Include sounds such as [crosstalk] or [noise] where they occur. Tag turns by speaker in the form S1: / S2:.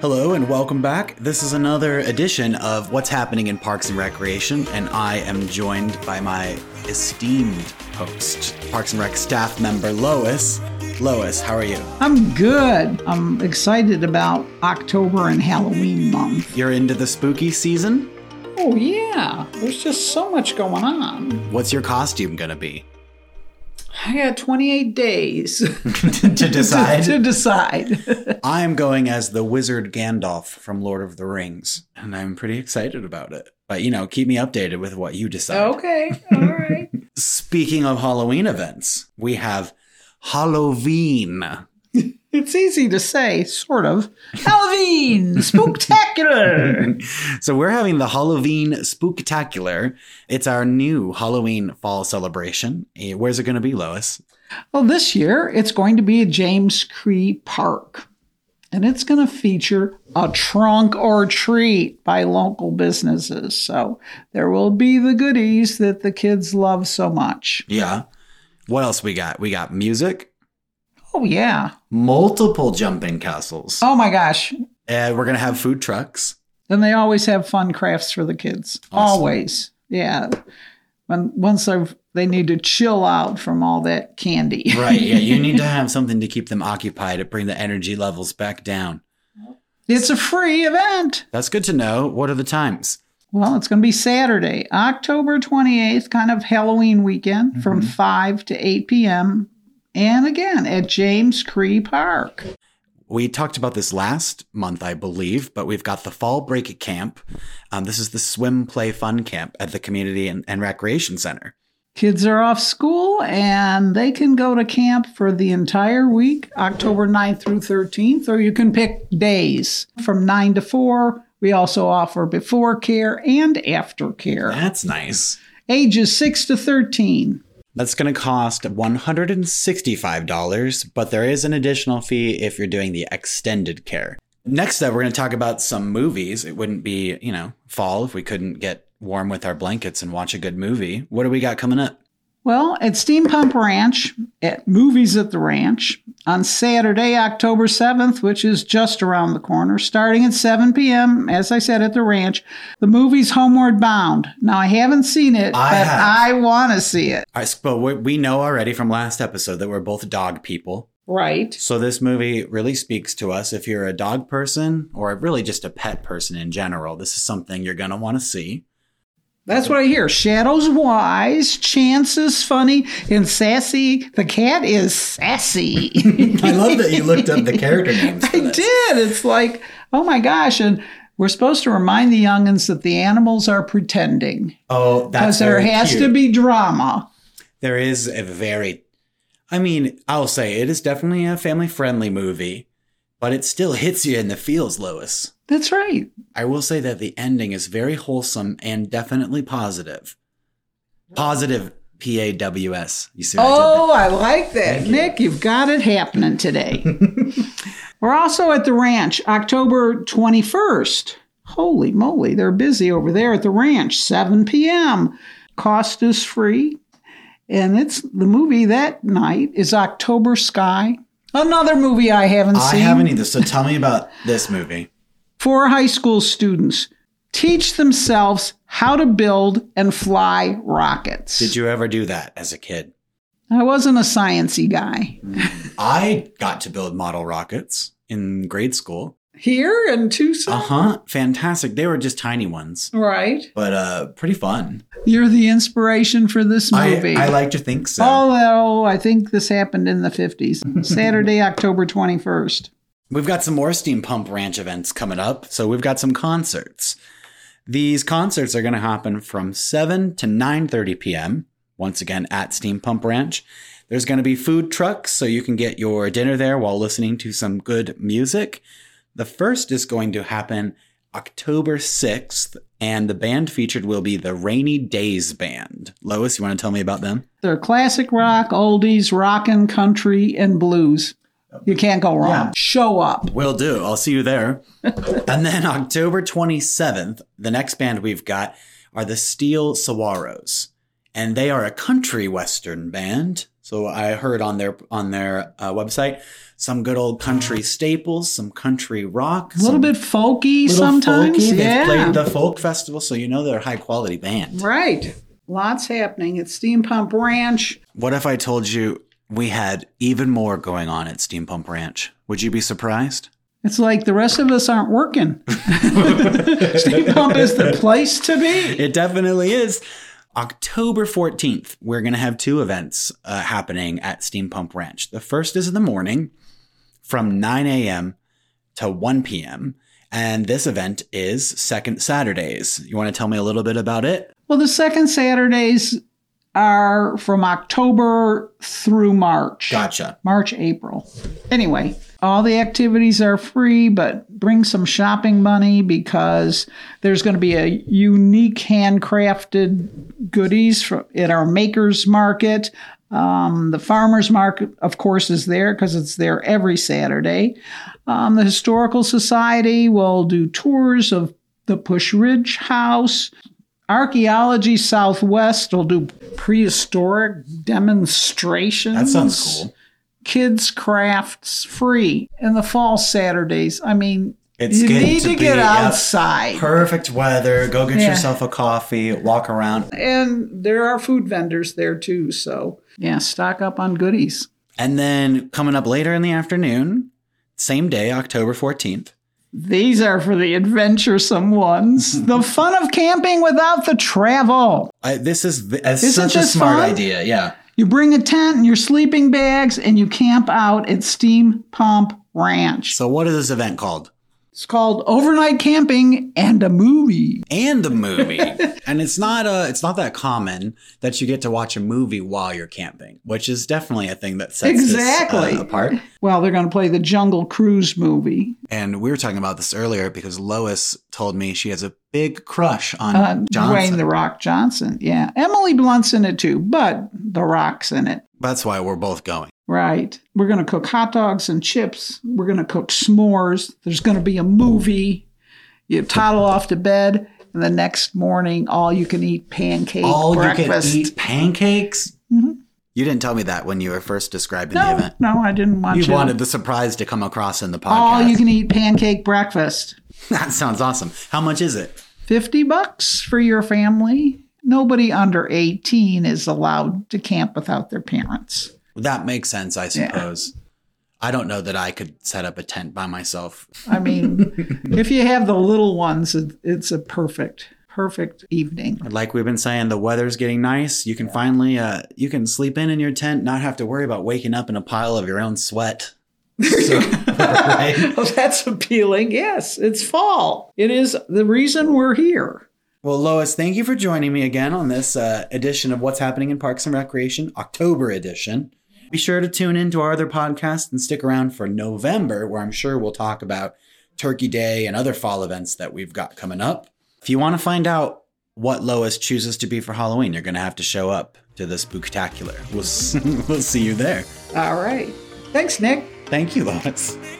S1: Hello and welcome back. This is another edition of What's Happening in Parks and Recreation, and I am joined by my esteemed host, Parks and Rec staff member Lois. Lois, how are you?
S2: I'm good. I'm excited about October and Halloween month.
S1: You're into the spooky season?
S2: Oh, yeah. There's just so much going on.
S1: What's your costume gonna be? [laughs]
S2: I got 28 days [laughs]
S1: to
S2: to,
S1: decide.
S2: to decide. [laughs]
S1: I'm going as the wizard Gandalf from Lord of the Rings, and I'm pretty excited about it. But you know, keep me updated with what you decide.
S2: okay. All right.
S1: Speaking of Halloween events, we have Halloween.
S2: It's easy to say, sort of. [laughs] Halloween! Spooktacular!
S1: So we're having the Halloween Spooktacular. It's our new Halloween fall celebration. Eh, Where's it going to be, Lois?
S2: Well, this year it's going to be at James Cree Park. And it's going to feature a trunk or treat by local businesses. So there will be the goodies that the kids love so much.
S1: Yeah. What else we got? We got music,
S2: Oh, yeah.
S1: multiple jumping castles.
S2: Oh, my gosh.
S1: And we're going to have food trucks.
S2: And they always have fun crafts for the kids.
S1: Awesome.
S2: Always. Yeah. When, once they've, they need to chill out from all that candy.
S1: Right. Yeah. You need to have something to keep them occupied to bring the energy levels back down.
S2: It's a free event.
S1: That's good to know. What are the times?
S2: Well, it's going to be Saturday, October 28th, kind of Halloween weekend from 5 to 8 p.m. And again at James Cree Park.
S1: We talked about this last month, I believe, but we've got the fall break camp. Um, this is the swim, play, fun camp at the Community and, and Recreation Center.
S2: Kids are off school and they can go to camp for the entire week, October 9th through 13th, or you can pick days from 9 to 4. We also offer before care and after care,
S1: That's nice.
S2: ages 6 to 13.
S1: That's going to cost $165, but there is an additional fee if you're doing the extended care. Next up, we're going to talk about some movies. It wouldn't be, you know, fall if we couldn't get warm with our blankets and watch a good movie. What do we got coming up?
S2: Well, at Steampunk Ranch, at Movies at the Ranch, on Saturday, October 7th, which is just around the corner, starting at 7 p.m., as I said, at the ranch, the movie's Homeward Bound. Now, I haven't seen it,
S1: I
S2: but
S1: have.
S2: I want to see it.
S1: All right, so- but we- we know already from last episode that we're both dog people.
S2: Right.
S1: So this movie really speaks to us. If you're a dog person or really just a pet person in general, this is something you're going to want to see.
S2: That's what I hear. Shadows wise, chances funny, and sassy. The cat is sassy.
S1: [laughs] I love that you looked up the character names.
S2: [laughs]
S1: [laughs]
S2: I did. It's like, oh my gosh. And we're supposed to remind the youngins that the animals are pretending.
S1: Oh, that's
S2: Because there
S1: very
S2: has
S1: cute.
S2: to be drama.
S1: There is a very, I mean, I'll say it is definitely a family friendly movie, but it still hits you in the feels, Lois.
S2: That's right.
S1: I will say that the ending is very wholesome and definitely positive. Positive, P A W S. You see what I did
S2: Oh, I like that. Nick, you've got it
S1: [laughs]
S2: happening today. We're also at the ranch October 21st. Holy moly, they're busy over there at the ranch, 7 p.m. Cost is free. And it's the movie that night is October Sky. Another movie I haven't
S1: there? I
S2: seen.
S1: haven't either. So tell me about this movie.
S2: for high school students teach themselves how to build and fly rockets.
S1: Did you ever do that as a kid?
S2: I wasn't a sciency guy.
S1: I got to build model rockets in grade school.
S2: Here in
S1: Uh
S2: Tucson,
S1: huh. Fantastic. They were just tiny ones,
S2: right?
S1: but uh, pretty fun.
S2: You're the inspiration for this
S1: I,
S2: movie. Oh,
S1: I like to think so.
S2: Although I think this happened in the
S1: [laughs]
S2: 50s, Saturday, October 21st.
S1: We've got some more Steam Pump Ranch events coming up, so we've got some concerts. These concerts are going to happen from 7 to 9:30 p.m. once again at Steam Pump Ranch. There's going to be food trucks so you can get your dinner there while listening to some good music. The first is going to happen October 6th and the band featured will be the Rainy Days Band. Lois, you want to tell me about them?
S2: They're classic rock, oldies, rockin' country, and blues. You can't go wrong.
S1: Yeah.
S2: Show up.
S1: Will do. I'll see you there. [laughs] and then October 27th, the next band we've got are the Steel Saguaros. And they are a country western band. So I heard on their on their uh, website some good old country staples, some country rock,
S2: A little
S1: some
S2: bit folky
S1: little
S2: sometimes.
S1: folky. They've
S2: yeah.
S1: played the folk festival, so you know they're a high quality band.
S2: right. Lots happening at Steampunk Ranch.
S1: What if I told you we had even more going on at Steampump Ranch? Would you be surprised?
S2: It's like the rest of us aren't working. [laughs] Steampunk is the place to be.
S1: It definitely is. October 14th, we're going to have two events uh, happening at Steampump Ranch. The first is in the morning from 9 a.m. to 1 p.m. And this event is Second Saturdays. You want to tell me a little bit about it?
S2: Well, the second Saturdays are from October through March.
S1: Gotcha.
S2: March, April. Anyway, all the activities are free, but bring some shopping money because there's going to be a unique handcrafted goodies fro- at our makers market. Um, the farmers market, of course, is there because it's there every Saturday. Um, the historical society will do tours of the Push Ridge House. Archaeology Southwest will do prehistoric demonstrations
S1: That sounds cool.
S2: kids crafts free in the fall saturdays i mean
S1: It's
S2: you
S1: good
S2: need
S1: to
S2: to,
S1: be-
S2: get
S1: yeah.
S2: outside
S1: Perfect weather. Go get
S2: Yeah.
S1: yourself a coffee, walk around.
S2: and there are food vendors there too so yeah stock up on goodies
S1: And then coming up later in the afternoon, same day, October 14th,
S2: these are for the
S1: [laughs]
S2: adventuresome ones the fun of camping without the travel
S1: I, this is v- uh,
S2: Isn't
S1: such a
S2: this
S1: smart
S2: fun?
S1: idea. Yeah.
S2: you bring a tent and your sleeping bags and you camp out at steam pump ranch
S1: So, what is this event called?
S2: it's called overnight camping and a movie
S1: And a movie, [laughs] and it's not uh it's not that common that you get to watch a movie while you're camping, which is definitely a thing that sets this, uh,
S2: Exactly.
S1: apart.
S2: well they're going to play the jungle cruise movie
S1: And we were talking about this earlier because Lois told me she has a big crush on
S2: Uh, Dwayne
S1: Johnson.
S2: the Rock Johnson. Yeah, Emily Blunt's in it too, but the Rock's in it.
S1: That's why we're both going.
S2: Right. We're gonna cook hot dogs and chips. We're gonna cook s'mores. There's gonna be a movie. You toddle off to bed, and the next morning, all you can eat pancake
S1: All
S2: breakfast.
S1: you can eat pancakes.
S2: Mhm.
S1: You didn't tell me that when you were first describing the
S2: No,
S1: event.
S2: no, I didn't want
S1: You
S2: to.
S1: wanted the surprise to come across in the podcast.
S2: all you can eat pancake breakfast.
S1: [laughs] that sounds awesome. How much is it?
S2: Fifty bucks for your family. Nobody under eighteen is allowed to camp without their parents.
S1: That makes sense, I suppose. I don't know that I could set up a tent by myself.
S2: I [laughs] mean, if you have the little ones, it, it's a perfect, perfect evening.
S1: Like we've been saying, the weather's getting nice. You can finally, uh, you can sleep in in your tent, not have to worry about waking up in a pile of your own sweat. So, [laughs] right?
S2: Oh, that's appealing. Yes, it's fall. It is the reason we're here.
S1: Well, Lois, thank you for joining me again on this uh, edition of What's Happening in Parks and Recreation, October edition. Be sure to tune in to our other podcast and stick around for November, where I'm sure we'll talk about Turkey Day and other fall events that we've got coming up. If you want to find out what Lois chooses to be for Halloween, you're going to have to show up to the [laughs] spooktacular. We'll, s- we'll see you there.
S2: All right. Thanks, Nick.
S1: Thank you, Lois.